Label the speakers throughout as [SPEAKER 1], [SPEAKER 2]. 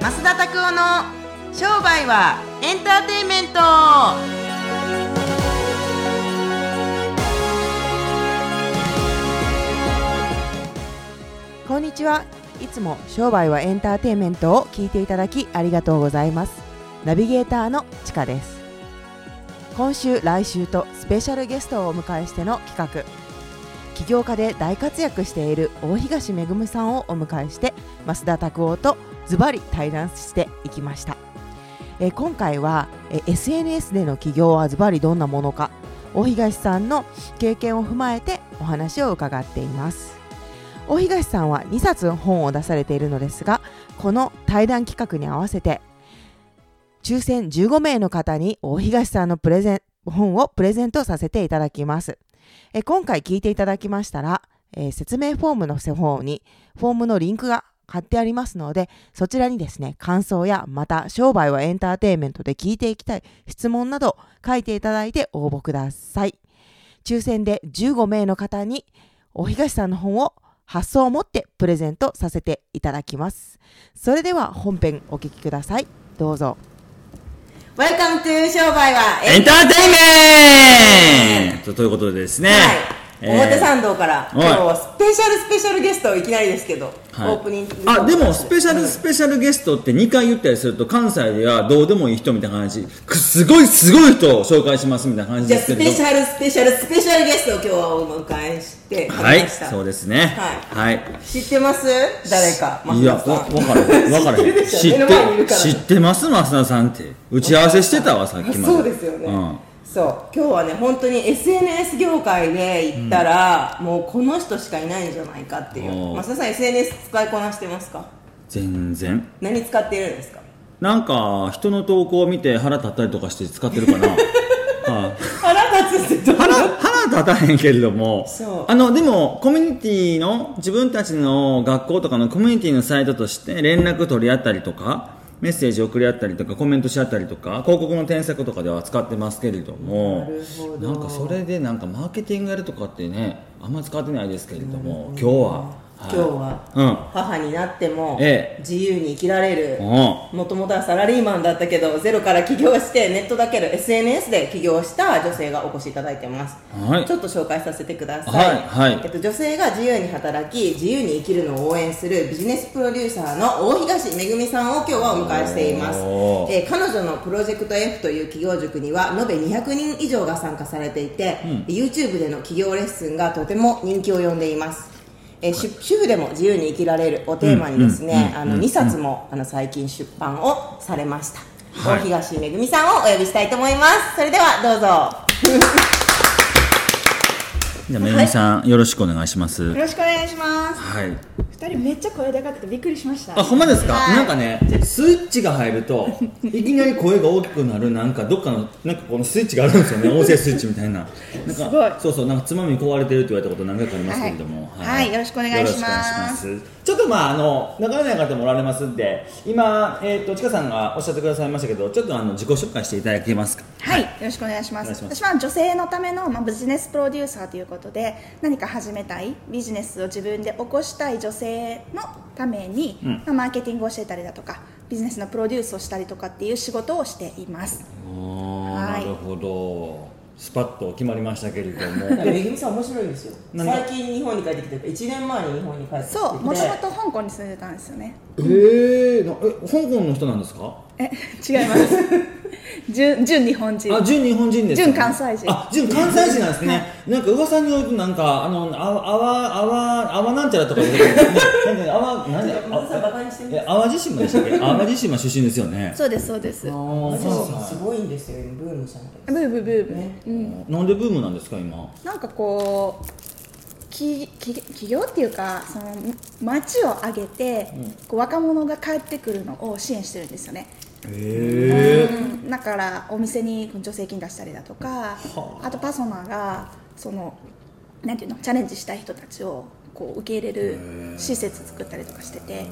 [SPEAKER 1] 拓夫の商売はエンターテインメントこんにちはいつも商売はエンターテインメントを聞いていただきありがとうございますナビゲーターのちかです今週来週とスペシャルゲストをお迎えしての企画起業家で大活躍している大東恵さんをお迎えして増田拓夫とズバリ対談していきました、えー今回は、えー SNS での起業はズバリどんなものか大東さんの経験を踏まえてお話を伺っています大東さんは2冊本を出されているのですがこの対談企画に合わせて抽選15名の方に大東さんのプレゼン本をプレゼントさせていただきますえー今回聞いていただきましたら、えー説明フォームの方にフォームのリンクが貼ってありますのでそちらにですね感想やまた商売はエンターテインメントで聞いていきたい質問など書いていただいて応募ください抽選で15名の方にお東さんの本を発送をもってプレゼントさせていただきますそれでは本編お聞きくださいどうぞ Welcome to 商売は
[SPEAKER 2] エンターテインメントということでですね、
[SPEAKER 1] はい、
[SPEAKER 2] えー
[SPEAKER 1] 表参道から、
[SPEAKER 2] はい
[SPEAKER 1] 今日はスペシャルスペシャルゲストをいきなりですけど、
[SPEAKER 2] はい
[SPEAKER 1] オープニング
[SPEAKER 2] あでもスペシャルス
[SPEAKER 1] ペ
[SPEAKER 2] ペシャルゲストって2回言ったりすると関西ではどうでもいい人みたいな話くすごいすごい人を紹介しますみたいな感じ
[SPEAKER 1] じゃ
[SPEAKER 2] で
[SPEAKER 1] あ
[SPEAKER 2] すけ
[SPEAKER 1] ス
[SPEAKER 2] れど
[SPEAKER 1] ペシャルスペシャルスペシャルゲストを今日はお迎えして
[SPEAKER 2] はい
[SPEAKER 1] 来ました
[SPEAKER 2] そうですねはい、
[SPEAKER 1] 知ってます誰か
[SPEAKER 2] い、やわ
[SPEAKER 1] 松田さん
[SPEAKER 2] 分からへん分からへ
[SPEAKER 1] 知
[SPEAKER 2] ん
[SPEAKER 1] ってるでしょ目の前にいる
[SPEAKER 2] て
[SPEAKER 1] から
[SPEAKER 2] 知ってます増田さんって打ち合わせしてたわさっきまで
[SPEAKER 1] そうですよね、
[SPEAKER 2] うん
[SPEAKER 1] そう今日はね本当に SNS 業界で言ったら、もうこの人しかいないんじゃないかっていう
[SPEAKER 2] おー
[SPEAKER 1] 増田さん SNS 使いこなしてますか
[SPEAKER 2] 全然
[SPEAKER 1] 何使っているんですか
[SPEAKER 2] なんか人の投稿を見て腹立ったりとかして使ってる かな、はい
[SPEAKER 1] 腹立つってどう
[SPEAKER 2] 腹腹立たへんけれども
[SPEAKER 1] そう
[SPEAKER 2] あのでもコミュニティの自分たちの学校とかのコミュニティのサイトとして連絡取り合ったりとかメッセージ送り合ったりとかコメントし合ったりとか広告の添削とかでは使ってますけれども
[SPEAKER 1] なるほど
[SPEAKER 2] なんかそれでなんかマーケティングやるとかってねあんま使ってないですけれども今日は、
[SPEAKER 1] 今日は
[SPEAKER 2] は
[SPEAKER 1] 母になっても
[SPEAKER 2] ええ
[SPEAKER 1] 自由に生きられる
[SPEAKER 2] い、うんうん
[SPEAKER 1] もともとはサラリーマンだったけどゼロから起業してネットだけで SNS で起業した女性がお越しいただいてます、
[SPEAKER 2] はい
[SPEAKER 1] ちょっと紹介させてください、
[SPEAKER 2] はいはい
[SPEAKER 1] えっと、女性が自由に働き自由に生きるのを応援するビジネスプロデューサーの大東めぐみさんを今日はお迎えしています、
[SPEAKER 2] おー
[SPEAKER 1] えー彼女のプロジェクト F という企業塾には延べ200人以上が参加されていて、YouTube での企業レッスンがとても人気を呼んでいますえー主主婦でも自由に生きられるをテーマにですね、あの2冊も、あの最近出版をされました、
[SPEAKER 2] はい
[SPEAKER 1] 大東めぐみさんをお呼びしたいと思いますそれではどうぞ
[SPEAKER 2] じゃあめぐみさん、よろしくお願いします
[SPEAKER 3] よろしくお願いします。
[SPEAKER 2] はい
[SPEAKER 3] 二人めっちゃ声高くてびっくりしました。
[SPEAKER 2] あ、ほんまですか、
[SPEAKER 1] はい
[SPEAKER 2] なんかね、スイッチが入ると、 いきなり声が大きくなる、なんかどっかの、なんかこのスイッチがあるんですよ ね、音声スイッチみたいな。なんか
[SPEAKER 3] すごい
[SPEAKER 2] そうそう、なんかつまみ壊れてるって言われたこと何回かありますけれども。
[SPEAKER 3] はいはいよろしくお願いします
[SPEAKER 2] よろくお願いしますちょっとまあ、あの、なからない方もおられますんで、今、えっ、と、ちかさんがおっしゃってくださいましたけど、ちょっとあの、自己紹介していただけますか。
[SPEAKER 3] はい、よろしくお願いしま
[SPEAKER 2] お願い
[SPEAKER 3] す。
[SPEAKER 2] します
[SPEAKER 3] 私は女性のための、まあ、ビジネスプロデューサーということで、何か始めたい、ビジネスを自分で起こしたい女性のために、
[SPEAKER 2] うん
[SPEAKER 3] まあマーケティングを教えたりだとか、ビジネスのプロデュースをしたりとかっていう仕事をしています。
[SPEAKER 2] おー
[SPEAKER 3] はい
[SPEAKER 2] ほど。スパッと決まりましたけれども
[SPEAKER 1] めぐみさん面白いんですよ
[SPEAKER 2] なんで
[SPEAKER 1] 近日本に帰ってきて1年前に日本に帰ってき
[SPEAKER 3] そう、もともと香港に住んでたんですよね。
[SPEAKER 2] えー、なえ、香港の人なんですか
[SPEAKER 3] え、 違います。純、純日本人。
[SPEAKER 2] あ、純日本人ですか、
[SPEAKER 3] 純関西人
[SPEAKER 2] あ、純関西人なんですね。なんか噂によるとなんかあのあわあわあわあわなんちゃらとか出てくるんですね。なんかあわなんで
[SPEAKER 1] 松田さんバカにしてる
[SPEAKER 2] え淡路島でしたっけ？淡路島出身ですよね。
[SPEAKER 3] そうです、そうです。ブ
[SPEAKER 2] あそう
[SPEAKER 1] すごいんですよ今ブームじゃない
[SPEAKER 3] ーブーブーブー。うん。
[SPEAKER 2] なんでブームなんですか今？
[SPEAKER 3] なんかこうきき起業っていうかその町を挙げて、こう若者が帰ってくるのを支援してるんですよね、
[SPEAKER 2] へえ。
[SPEAKER 3] うんだからお店に助成金出したりだとか
[SPEAKER 2] はあ
[SPEAKER 3] あとパソナがそのなんていうのチャレンジしたい人たちをこう受け入れる施設作ったりとかしてて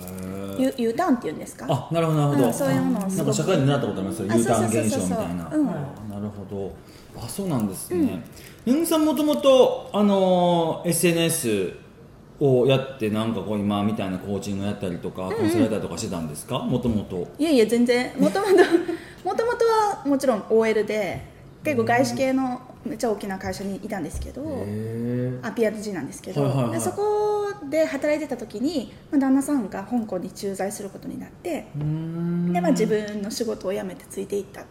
[SPEAKER 3] U, U ターンっていうんですか
[SPEAKER 2] あ、なるほどなるほど。
[SPEAKER 3] うんそういうものをす
[SPEAKER 2] なん
[SPEAKER 3] ご
[SPEAKER 2] か
[SPEAKER 3] く
[SPEAKER 2] 社会に習ったことありますよ。
[SPEAKER 3] あ
[SPEAKER 2] U ターン
[SPEAKER 3] そうそう
[SPEAKER 2] 現
[SPEAKER 3] そう
[SPEAKER 2] 象
[SPEAKER 3] そう
[SPEAKER 2] みたいな。
[SPEAKER 3] うん
[SPEAKER 2] なるほど。あ、そうなんですね。めぐみさんもともとあのー SNS をやってなんかこう今みたいなコーチングやったりとかコンサルやったりとかしてたんですかもともと
[SPEAKER 3] いやいや全然もともと もともとはもちろん OL で結構外資系のめっちゃ大きな会社にいたんですけど、
[SPEAKER 2] へ
[SPEAKER 3] あ PRG なんですけど、
[SPEAKER 2] はいはいはい
[SPEAKER 3] でそこで働いてた時に、まあ、旦那さんが香港に駐在することになって、でまあ、自分の仕事を辞めてついていったっ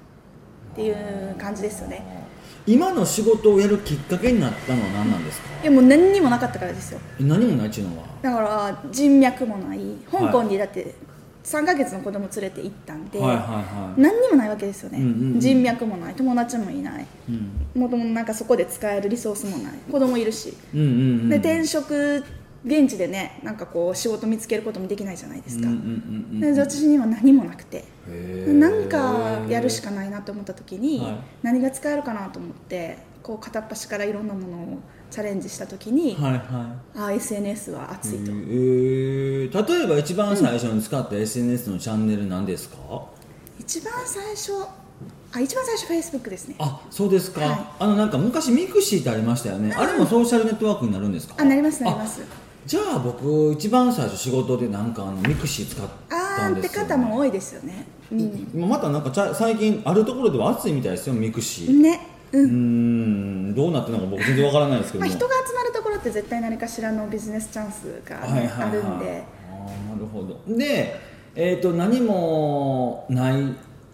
[SPEAKER 3] ていう感じですよね
[SPEAKER 2] 今の仕事をやるきっかけになったのは何なんですか
[SPEAKER 3] いやもう何にもなかったからですよ
[SPEAKER 2] え何もないっちゅうのは
[SPEAKER 3] だから人脈もない香港にだって3ヶ月の子供連れて行ったんで、
[SPEAKER 2] はいはいはい、
[SPEAKER 3] 何にもないわけですよね、
[SPEAKER 2] うんうんうん
[SPEAKER 3] 人脈もない友達もいない
[SPEAKER 2] うん、
[SPEAKER 3] もともとなんかそこで使えるリソースもない子供いるし、
[SPEAKER 2] うんうんうん
[SPEAKER 3] で転職現地でねなんかこう仕事見つけることもできないじゃないですか、
[SPEAKER 2] うんうんうんうん
[SPEAKER 3] で私には何もなくて
[SPEAKER 2] へー
[SPEAKER 3] 何かやるしかないなと思った時に、
[SPEAKER 2] はい
[SPEAKER 3] 何が使えるかなと思ってこう片っ端からいろんなものをチャレンジした時に、
[SPEAKER 2] はいは
[SPEAKER 3] ああ SNS は熱
[SPEAKER 2] い
[SPEAKER 3] いと、
[SPEAKER 2] へー例えば一番最初に使った SNS のチャンネル何ですか、
[SPEAKER 3] 一番最初あ一番最初 Facebook ですね
[SPEAKER 2] あそうですか、
[SPEAKER 3] はい
[SPEAKER 2] あのなんか昔ミクシーってありましたよね、あれもソーシャルネットワークになるんですか
[SPEAKER 3] あなりますなります
[SPEAKER 2] じゃあ僕一番最初仕事でなんかあのミクシー使った
[SPEAKER 3] あ
[SPEAKER 2] ん
[SPEAKER 3] ー
[SPEAKER 2] で
[SPEAKER 3] って
[SPEAKER 2] すよ、ね、
[SPEAKER 3] 方も多いですよね、うん、
[SPEAKER 2] 今またなんかちゃ最近あるところでは暑いみたいですよミクシー、
[SPEAKER 3] ねうん
[SPEAKER 2] うーんどうなってるのか僕全然わからないですけど
[SPEAKER 3] まあ、
[SPEAKER 2] も
[SPEAKER 3] 人が集まるところって絶対何かしらのビジネスチャンスが
[SPEAKER 2] はいはいはい
[SPEAKER 3] あるんで、
[SPEAKER 2] あーなるほどで、えー、と何もな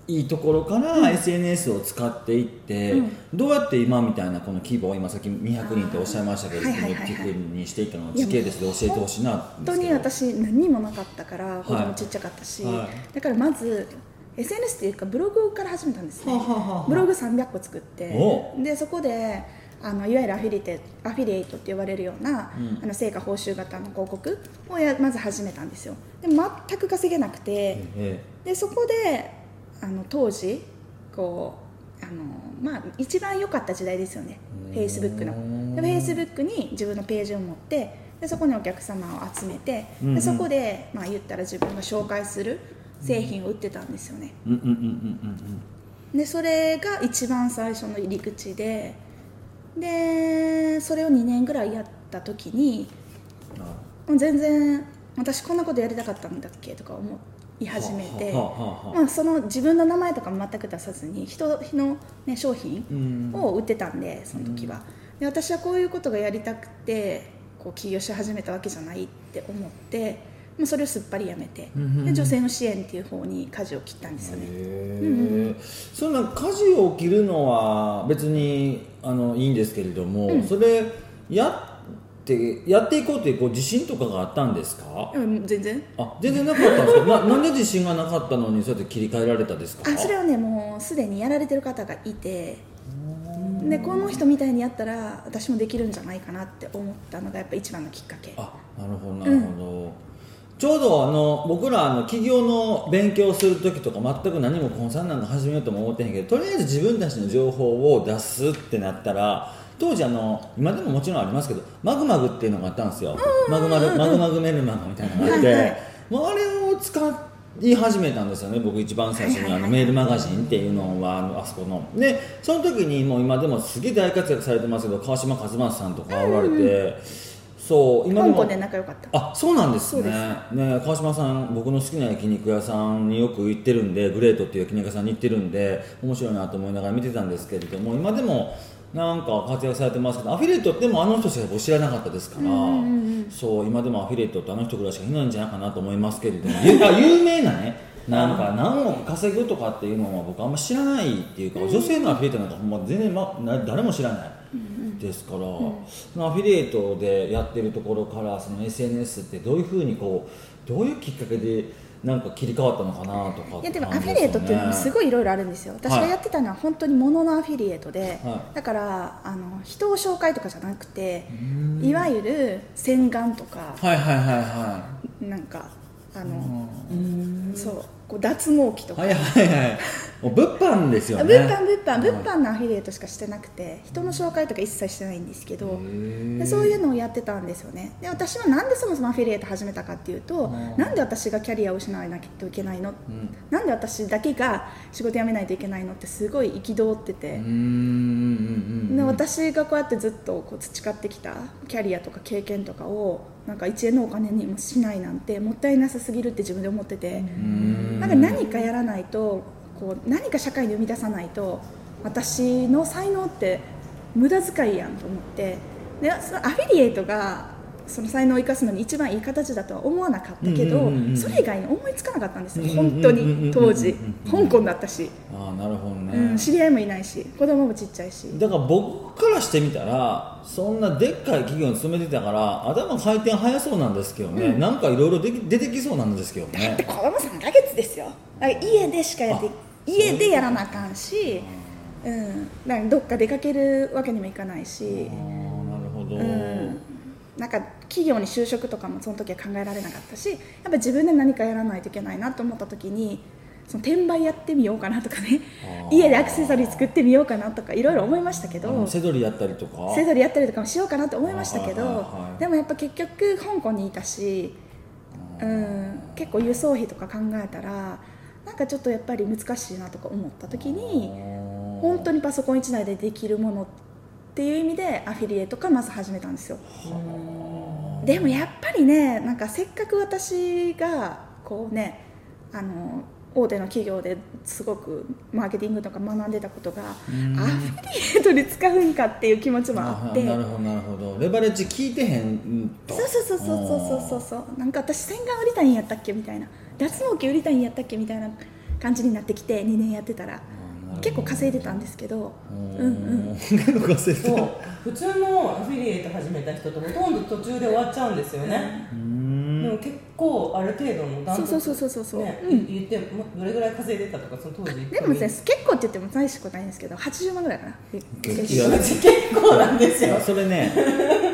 [SPEAKER 2] いところから SNS を使っていって、どうやって今みたいなこの規模を今さっき200人っておっしゃいましたけど
[SPEAKER 3] はいはいはいはい
[SPEAKER 2] 200人にしていったのを時系列で教えてほしいな
[SPEAKER 3] 本当に私何にもなかったから子供ちっちゃかったし、
[SPEAKER 2] は
[SPEAKER 3] だからまず SNS っていうかブログから始めたんですね、
[SPEAKER 2] はあはあはあ
[SPEAKER 3] ブログ300個作って
[SPEAKER 2] お
[SPEAKER 3] でそこであのいわゆるアフィリテアフィリエイトって呼ばれるような、
[SPEAKER 2] うん
[SPEAKER 3] あの成果報酬型の広告をやまず始めたんですよで全く稼げなくて、
[SPEAKER 2] え
[SPEAKER 3] でそこであの当時こうあの、まあ、一番良かった時代ですよね
[SPEAKER 2] うん
[SPEAKER 3] フェイスブックのでフェイスブックに自分のページを持ってでそこにお客様を集めて
[SPEAKER 2] うんうん
[SPEAKER 3] でそこで、まあ、言ったら自分が紹介する製品を売ってたんですよね
[SPEAKER 2] えうんうんうんうん
[SPEAKER 3] でそれが一番最初の入り口ででそれを2年ぐらいやった時に
[SPEAKER 2] うんうんあ
[SPEAKER 3] もう全然私こんなことやりたかったんだっけとか思い始めて
[SPEAKER 2] はあはあはあはあ
[SPEAKER 3] まあその自分の名前とかも全く出さずに人の、ね、商品
[SPEAKER 2] うん
[SPEAKER 3] を売ってたんでその時はで私はこういうことがやりたくてこう起業し始めたわけじゃないって思ってまあそれをすっぱりやめて
[SPEAKER 2] うんうんうん
[SPEAKER 3] で女性の支援っていう方に舵を切ったんですよね
[SPEAKER 2] へえそんな舵を切るのは別にあのいいんですけれども、それやってやっていこうというこう自信とかがあったんですか、
[SPEAKER 3] うん全然
[SPEAKER 2] あ全然なかったんですかななんで自信がなかったのにそうやって切り替えられたですか
[SPEAKER 3] あそれはねもうすでにやられてる方がいてでこの人みたいにやったら私もできるんじゃないかなって思ったのがやっぱ一番のきっかけ
[SPEAKER 2] あなるほどなるほど、ちょうどあの僕らあの企業の勉強する時とか全く何もコンサルなんか始めようとも思ってへんけどとりあえず自分たちの情報を出すってなったら当時あの今でももちろんありますけどマグマグっていうのがあったんですよ、マグマグマグマグメルマガみたいなのがあって、
[SPEAKER 3] はいはい
[SPEAKER 2] もうあれを使い始めたんですよね僕一番最初にあのメールマガジンっていうのはあのあそこのでその時にもう今でもすげえ大活躍されてますけど川島和正さんとかおられて、そう今で
[SPEAKER 3] 香
[SPEAKER 2] も
[SPEAKER 3] 港で仲良かった
[SPEAKER 2] あそうなんです
[SPEAKER 3] そう
[SPEAKER 2] ね
[SPEAKER 3] で
[SPEAKER 2] ね川島さん僕の好きな焼肉屋さんによく行ってるんでグレートっていう焼肉屋さんに行ってるんで面白いなと思いながら見てたんですけれども今でもなんか活躍されてますけどアフィリエイトってもうあの人しか僕知らなかったですから、そう今でもアフィリエイトってあの人ぐらいしかいないんじゃないかなと思いますけれどもゆあ有名なねなんか何億稼ぐとかっていうのは僕あんま知らないっていうか、女性のアフィリエイトなんかほんま全然、ま、な誰も知らない。ですから、そのアフィリエイトでやってるところからその SNS ってどういうふうにこうどういうきっかけでなんか切り替わったのかなとか
[SPEAKER 3] いやでもアフィリエイトっていうのもす
[SPEAKER 2] い
[SPEAKER 3] ごいいろいろあるんですよ私がやってたのは本当にもののアフィリエイトで、
[SPEAKER 2] はい
[SPEAKER 3] だからあの人を紹介とかじゃなくていわゆる洗顔とか
[SPEAKER 2] はいはいはいは
[SPEAKER 3] なんかあのそうこう脱毛器と
[SPEAKER 2] い
[SPEAKER 3] か、
[SPEAKER 2] はいはい はいもう物販ですよね
[SPEAKER 3] 物販物販
[SPEAKER 2] は
[SPEAKER 3] 物
[SPEAKER 2] い
[SPEAKER 3] 販のアフィリエイトしかしてなくて人の紹介とか一切してないんですけどでそういうのをやってたんですよねで私はなんでそもそもアフィリエイト始めたかっていうと
[SPEAKER 2] ん
[SPEAKER 3] なんで私がキャリアを失わなきゃいけないの、
[SPEAKER 2] ん
[SPEAKER 3] なんで私だけが仕事辞めないといけないのってすごい憤ってて
[SPEAKER 2] う、ーんうんうんうん
[SPEAKER 3] で私がこうやってずっとこう培ってきたキャリアとか経験とかをなんか1円のお金にもしないなんてもったいなさすぎるって自分で思ってて、なんか何かやらないとこう何か社会に生み出さないと私の才能って無駄遣いやんと思ってでそのアフィリエイトがその才能を生かすのに一番いい形だとは思わなかったけど、
[SPEAKER 2] うんうんうんうん
[SPEAKER 3] それ以外に思いつかなかったんですよ、
[SPEAKER 2] うんうんうんうん
[SPEAKER 3] 本当に当時、
[SPEAKER 2] うんうんうん
[SPEAKER 3] 香港だったし、
[SPEAKER 2] ああなるほどね、
[SPEAKER 3] うん、知り合いもいないし子供もちっちゃいし
[SPEAKER 2] だから僕からしてみたらそんなでっかい企業に勤めてたから頭回転早そうなんですけどね、なんかいろいろでき出てきそうなんですけど
[SPEAKER 3] だって
[SPEAKER 2] ね
[SPEAKER 3] 子供3ヶ月ですよだから家でしかやって
[SPEAKER 2] あ
[SPEAKER 3] 家でやらなあかんし、うん、だからどっか出かけるわけにもいかないし
[SPEAKER 2] ああ、なるほど、
[SPEAKER 3] うん、なんか企業に就職とかもその時は考えられなかったしやっぱ自分で何かやらないといけないなと思った時にその転売やってみようかなとかね
[SPEAKER 2] あー
[SPEAKER 3] 家でアクセサリー作ってみようかなとかいろいろ思いましたけ
[SPEAKER 2] あの
[SPEAKER 3] ど
[SPEAKER 2] セドリやったりとか
[SPEAKER 3] セドリやったりとかもしようかなと思いました
[SPEAKER 2] は
[SPEAKER 3] け
[SPEAKER 2] いはい
[SPEAKER 3] ど
[SPEAKER 2] はいはい
[SPEAKER 3] でもやっぱ結局香港にいたし、うん、結構輸送費とか考えたらなんかちょっとやっぱり難しいなとか思った時に本当にパソコン1台でできるものっていう意味でアフィリエイトからまず始めたんですよでもやっぱりねなんかせっかく私がこうねあの大手の企業ですごくマーケティングとか学んでたことがアフィリエイトに使うんかっていう気持ちもあって
[SPEAKER 2] あなるほどなるほどレバレッジ効いてへんと
[SPEAKER 3] そうそうそうそうそうそうそうそうなんか私洗顔売りたいんやったっけみたいな脱毛器売りたいんやったっけみたいな感じになってきて2年やってたら
[SPEAKER 2] ほど
[SPEAKER 3] 結構稼いでたんですけど
[SPEAKER 2] うん
[SPEAKER 3] うんうん
[SPEAKER 2] 結構稼いで
[SPEAKER 4] そ
[SPEAKER 2] る
[SPEAKER 4] う普通のアフィリエイト始めた人とほとんど途中で終わっちゃうんですよね、でも結構ある程度の段
[SPEAKER 3] そうそうそうそうそうそう
[SPEAKER 4] ね
[SPEAKER 3] うん
[SPEAKER 4] 言ってもどれぐらい稼いでたとかその当時
[SPEAKER 3] でもね結構って言っても大したことないんですけど80万ぐらいかな
[SPEAKER 2] 激安
[SPEAKER 4] 結構なんですよ
[SPEAKER 2] それね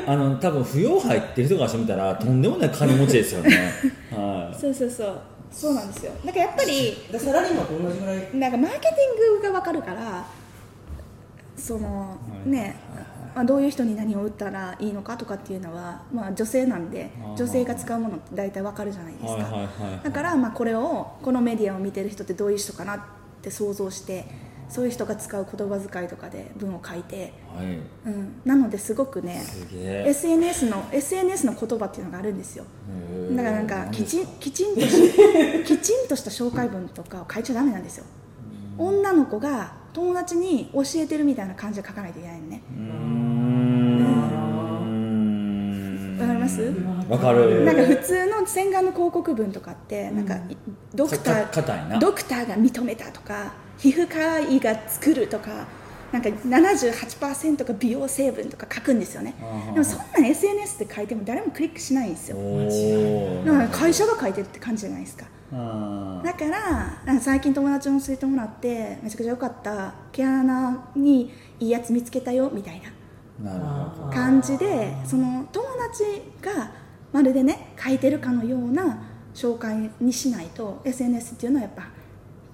[SPEAKER 2] あの多分扶養入ってる人からしてみたらとんでもない金持ちですよねはい
[SPEAKER 3] そうそうそうそうなんですよなんかやっぱり
[SPEAKER 4] でサラリーマンと同じぐらい
[SPEAKER 3] なんかマーケティングが分かるからその
[SPEAKER 2] はい
[SPEAKER 3] ね、まあ、どういう人に何を売ったらいいのかとかっていうのは、まあ、女性なんで
[SPEAKER 2] あー
[SPEAKER 3] 女性が使うものって大体分かるじゃないですか、
[SPEAKER 2] はいはいはいはい
[SPEAKER 3] だからまあこれをこのメディアを見てる人ってどういう人かなって想像してそういう人が使う言葉遣いとかで文を書いて、
[SPEAKER 2] はい
[SPEAKER 3] うん、なのですごくね
[SPEAKER 2] すげえ
[SPEAKER 3] SNS の SNS の言葉っていうのがあるんですよ
[SPEAKER 2] へえ
[SPEAKER 3] だからなんか
[SPEAKER 2] 何
[SPEAKER 3] き
[SPEAKER 2] です
[SPEAKER 3] ちんきちんとし きちんとした紹介文とかを書いちゃダメなんですよ女の子が友達に教えてるみたいな感じで書かないといけないのね
[SPEAKER 2] うーん
[SPEAKER 3] わかります
[SPEAKER 2] わかる
[SPEAKER 3] なんか普通の洗顔の広告文とかってなんかいドクタ
[SPEAKER 2] かか硬いな
[SPEAKER 3] ードクターが認めたとか皮膚科医が作るとかなんか78%が美容成分とか書くんですよね
[SPEAKER 2] あー
[SPEAKER 3] でもそんなん SNS で書いても誰もクリックしないんですよ
[SPEAKER 2] お
[SPEAKER 3] だから
[SPEAKER 2] ー
[SPEAKER 3] 会社が書いてるって感じじゃないですか
[SPEAKER 2] あー
[SPEAKER 3] だからなんか最近友達に教えてもらってめちゃくちゃ良かった毛穴にいいやつ見つけたよみたいな
[SPEAKER 2] なるほど
[SPEAKER 3] 感じでその友達がまるでね書いてるかのような紹介にしないと SNS っていうのはやっぱ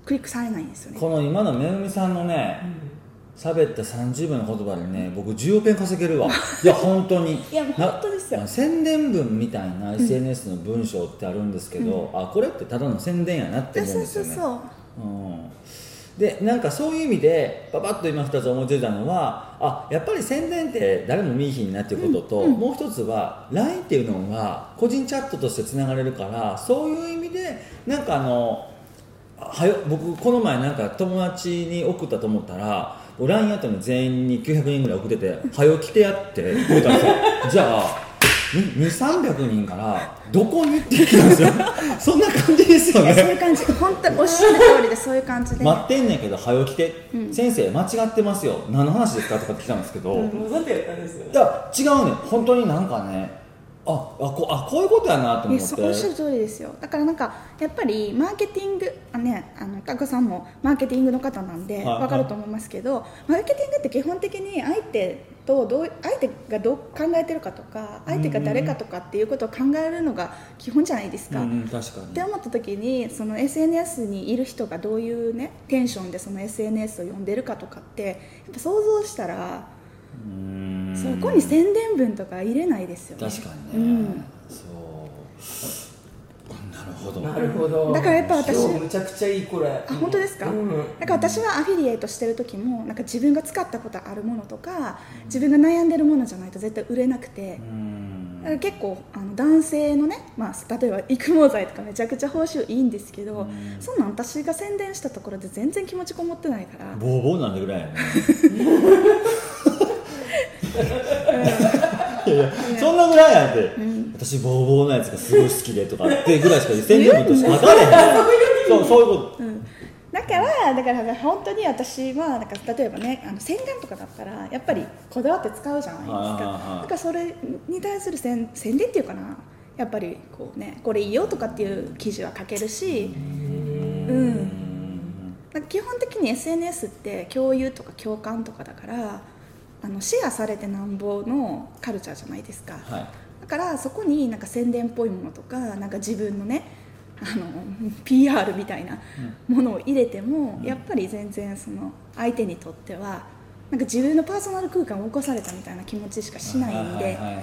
[SPEAKER 3] クリックされないんですよね
[SPEAKER 2] この今のめぐみさんのね喋った30分の言葉でね僕10億円稼げる わいや本当に
[SPEAKER 3] いやもう
[SPEAKER 2] な
[SPEAKER 3] 本当ですよ
[SPEAKER 2] 宣伝文みたいな SNS の文章ってあるんですけど、あこれってただの宣伝やなって思うん
[SPEAKER 3] そう
[SPEAKER 2] です
[SPEAKER 3] そう
[SPEAKER 2] よね
[SPEAKER 3] そう
[SPEAKER 2] うんでなんかそういう意味でパパッと今2つ思いついたのはあやっぱり宣伝って誰も見いひんなっていうことと、もう一つは LINE っていうのが個人チャットとしてつながれるからそういう意味でなんかあのはよ僕この前なんか友達に送ったと思ったら LINE アットに全員に900人ぐらい送ってて「はよ来てや」って言うたんですよ じゃあ2300人から「どこに?」って言ったんですよそんな感じですよ
[SPEAKER 3] いや
[SPEAKER 2] ね
[SPEAKER 3] そういう感じ本当におっしゃる通りでそういう感じで
[SPEAKER 2] 待ってんねんけど早起きて、先生間違ってますよ何の話ですかとかって来たんですけど、
[SPEAKER 4] もうだってやったんですよ
[SPEAKER 2] だから違うねん本当になんかねああこあこういうことやなと思っ
[SPEAKER 3] ね、
[SPEAKER 2] て
[SPEAKER 3] そうおっしゃる通りですよだからなんかやっぱりマーケティングあねあのタコさんもマーケティングの方なんで
[SPEAKER 2] はいはい
[SPEAKER 3] 分かると思いますけど、マーケティングって基本的に相手とどう相手がどう考えてるかとか相手が誰かとかっていうことを考えるのが基本じゃないです
[SPEAKER 2] う
[SPEAKER 3] か。
[SPEAKER 2] んうん確か
[SPEAKER 3] って思った時にその SNS にいる人がどういうねテンションでその SNS を読んでるかとかってやっぱ想像したら
[SPEAKER 2] にうん
[SPEAKER 3] そこに宣伝文とか入れないですよね
[SPEAKER 2] 確かにね、そうなるほど
[SPEAKER 4] なるほど
[SPEAKER 3] だからやっぱ私
[SPEAKER 4] 今日むちゃくちゃいいこれあ
[SPEAKER 3] あ本当ですか、
[SPEAKER 4] うん
[SPEAKER 3] なんか私はアフィリエイトしてる時もなんか自分が使ったことあるものとか自分が悩んでるものじゃないと絶対売れなくて、
[SPEAKER 2] うん
[SPEAKER 3] だから結構あの男性のね、まあ、例えば育毛剤とかめちゃくちゃ報酬いいんですけど、そんなん私が宣伝したところで全然気持ちこもってないから、
[SPEAKER 2] ボーボーなんでぐらいやね いやいやそんなぐらいやんって、私ボーボーのやつがすごい好きでとかってぐらいしか宣伝部として分かれへんそうそういうこと、
[SPEAKER 3] だからだから本当に私はなんか例えばねあの洗顔とかだったらやっぱりこだわって使うじゃないですか
[SPEAKER 2] はいはいはい
[SPEAKER 3] なんかそれに対する宣宣伝っていうかなやっぱりこうねこれいいよとかっていう記事は書けるしうんなんか基本的に SNS って共有とか共感とかだからあのシェアされてなんぼのカルチャーじゃないですか、
[SPEAKER 2] はい
[SPEAKER 3] だからそこになんか宣伝っぽいものとかなんか自分のねあの PR みたいなものを入れても、やっぱり全然その相手にとってはなんか自分のパーソナル空間を起こされたみたいな気持ちしかしないんで、
[SPEAKER 2] はいはいはいは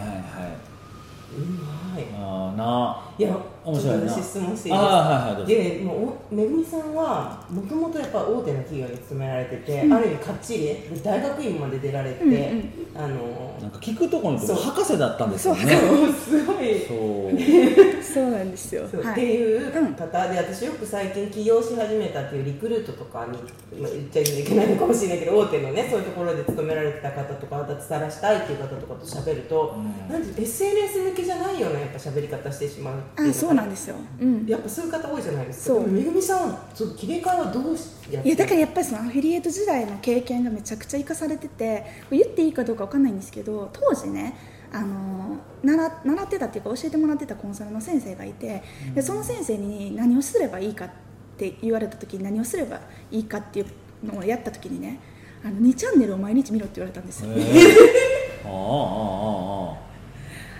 [SPEAKER 2] い
[SPEAKER 1] まい
[SPEAKER 2] ああなあ
[SPEAKER 1] いや
[SPEAKER 2] 面白いな
[SPEAKER 1] ちょっと私質問していい
[SPEAKER 2] あ
[SPEAKER 1] ですか
[SPEAKER 2] あはいはいどうぞ
[SPEAKER 1] でもうおめぐみさんはもともとやっぱ大手の企業に勤められてて、ある意味かっちり大学院まで出られて、
[SPEAKER 3] うんう
[SPEAKER 1] あの
[SPEAKER 2] なんか聞くところのとこ
[SPEAKER 1] そう
[SPEAKER 2] 博士だったんですよね
[SPEAKER 1] すごい
[SPEAKER 2] そう
[SPEAKER 3] そうなんですよ
[SPEAKER 1] そう
[SPEAKER 3] は
[SPEAKER 1] って
[SPEAKER 3] い、
[SPEAKER 1] いう方で私よく最近起業し始めたっていうリクルートとかに、まあ、言っちゃいけないのかもしれないけど大手のねそういうところで勤められてた方とか脱サラしたいっていう方とかと喋ると、
[SPEAKER 2] うん
[SPEAKER 1] なんて SNS 向けじゃないようなやっぱ喋り方してしまうってい
[SPEAKER 3] あそうなん
[SPEAKER 1] で
[SPEAKER 3] ですよ、うん、
[SPEAKER 1] やっぱそういう方多いじゃないですか
[SPEAKER 3] そう
[SPEAKER 1] でもめぐみさんはその切り替えはどうやって
[SPEAKER 3] いやだからやっぱりそのアフィリエイト時代の経験がめちゃくちゃ生かされてて言っていいかどうかわかんないんですけど当時ねあの習習ってたっていうか教えてもらってたコンサルの先生がいて、でその先生に何をすればいいかって言われた時に何をすればいいかっていうのをやった時にねあの2チャンネルを毎日見ろって言われたんですよ、
[SPEAKER 2] ああああ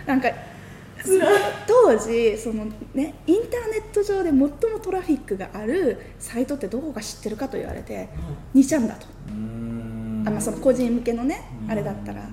[SPEAKER 2] あ
[SPEAKER 3] なんか当時その、ね、インターネット上で最もトラフィックがあるサイトってどこが知ってるかと言われて2チャンだと。
[SPEAKER 2] あうーん
[SPEAKER 3] あまあその個人向けのねあれだったら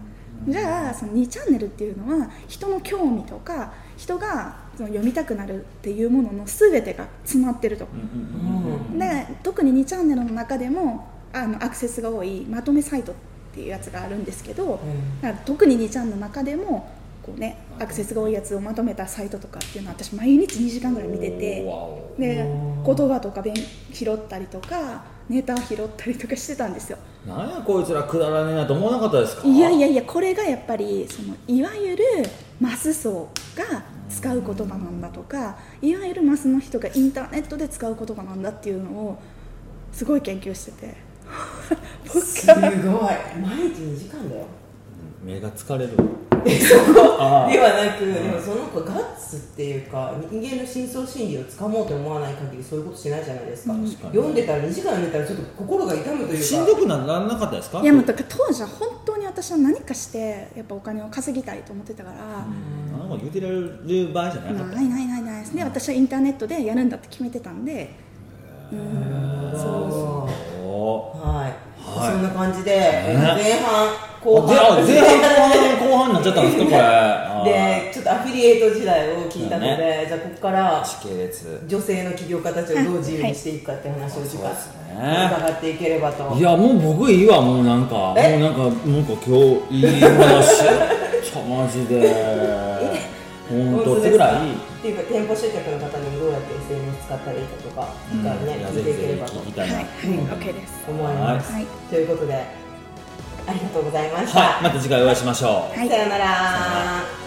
[SPEAKER 3] じゃあその2チャンネルっていうのは人の興味とか人がその読みたくなるっていうものの全てが詰まってると
[SPEAKER 2] うん
[SPEAKER 1] うん
[SPEAKER 3] で特に2チャンネルの中でもあのアクセスが多いまとめサイトっていうやつがあるんですけど
[SPEAKER 1] うん
[SPEAKER 3] だから特に2チャンの中でもこうねアクセスが多いやつをまとめたサイトとかっていうのは私毎日2時間ぐらい見てて。
[SPEAKER 2] わお
[SPEAKER 3] で言
[SPEAKER 1] うん
[SPEAKER 3] 葉とか勉拾ったりとかネタを拾ったりとかしてたんですよ
[SPEAKER 2] なんやこいつらくだらねえなと思わなかったですか
[SPEAKER 3] いやい
[SPEAKER 2] や
[SPEAKER 3] やいやこれがやっぱりそのいわゆるマス層が使う言葉なんだとかいわゆるマスの人がインターネットで使う言葉なんだっていうのをすごい研究して て
[SPEAKER 1] すごい毎日2時間だよ
[SPEAKER 2] 目が疲れるああ
[SPEAKER 1] ではなく、でもその子ガッツっていうか人間の深層心理をつかもうと思わない限りそういうことしないじゃないですか,、
[SPEAKER 2] 確かに
[SPEAKER 1] 読んでたら2時間読んでたらちょっと心が痛むというか
[SPEAKER 2] しんどくならなかったですか
[SPEAKER 3] いやもうだから当時は本当に私は何かしてやっぱお金を稼ぎたいと思ってたから
[SPEAKER 2] う、んなんか言うてられる場合じゃなかった
[SPEAKER 3] ないないないないですね私はインターネットでやるんだって決めてたんで、うん、
[SPEAKER 1] そう
[SPEAKER 3] そう
[SPEAKER 2] お
[SPEAKER 1] はい、
[SPEAKER 2] はい
[SPEAKER 1] そんな感じで、
[SPEAKER 2] ね
[SPEAKER 1] 前半後
[SPEAKER 2] お前
[SPEAKER 1] 半
[SPEAKER 2] 半後半後半になっちゃったんですか これああ
[SPEAKER 1] でちょっとアフィリエイト時代を聞いたので、
[SPEAKER 2] ね
[SPEAKER 1] じゃあここから
[SPEAKER 2] 時系列
[SPEAKER 1] 女性の起業家たちをどう自由にしていくかって話を
[SPEAKER 2] そうですね
[SPEAKER 1] 伺っていければと
[SPEAKER 2] いやもう僕いいわもうなんかもう
[SPEAKER 1] え
[SPEAKER 2] なんかなんか今日いい話ちょマジで本当ってぐらい
[SPEAKER 1] っていうか店舗集客の方にもどうやって SNS 使ったらいいかとか、
[SPEAKER 2] う
[SPEAKER 1] 一
[SPEAKER 2] ん
[SPEAKER 1] 回ね
[SPEAKER 2] いや
[SPEAKER 1] 聞い
[SPEAKER 2] ぜ
[SPEAKER 1] て
[SPEAKER 2] ひ
[SPEAKER 1] いけれ
[SPEAKER 2] ぜ
[SPEAKER 1] ば
[SPEAKER 2] ひ
[SPEAKER 1] と
[SPEAKER 2] 聞
[SPEAKER 1] 思
[SPEAKER 2] き
[SPEAKER 1] い
[SPEAKER 2] たいな
[SPEAKER 3] はい、OK です
[SPEAKER 1] ま
[SPEAKER 2] はい
[SPEAKER 1] す。
[SPEAKER 3] はい、
[SPEAKER 1] ということでありがとうございました。
[SPEAKER 2] はいまた次回お会いしましょう
[SPEAKER 3] はい
[SPEAKER 1] さようなら。
[SPEAKER 2] ようなら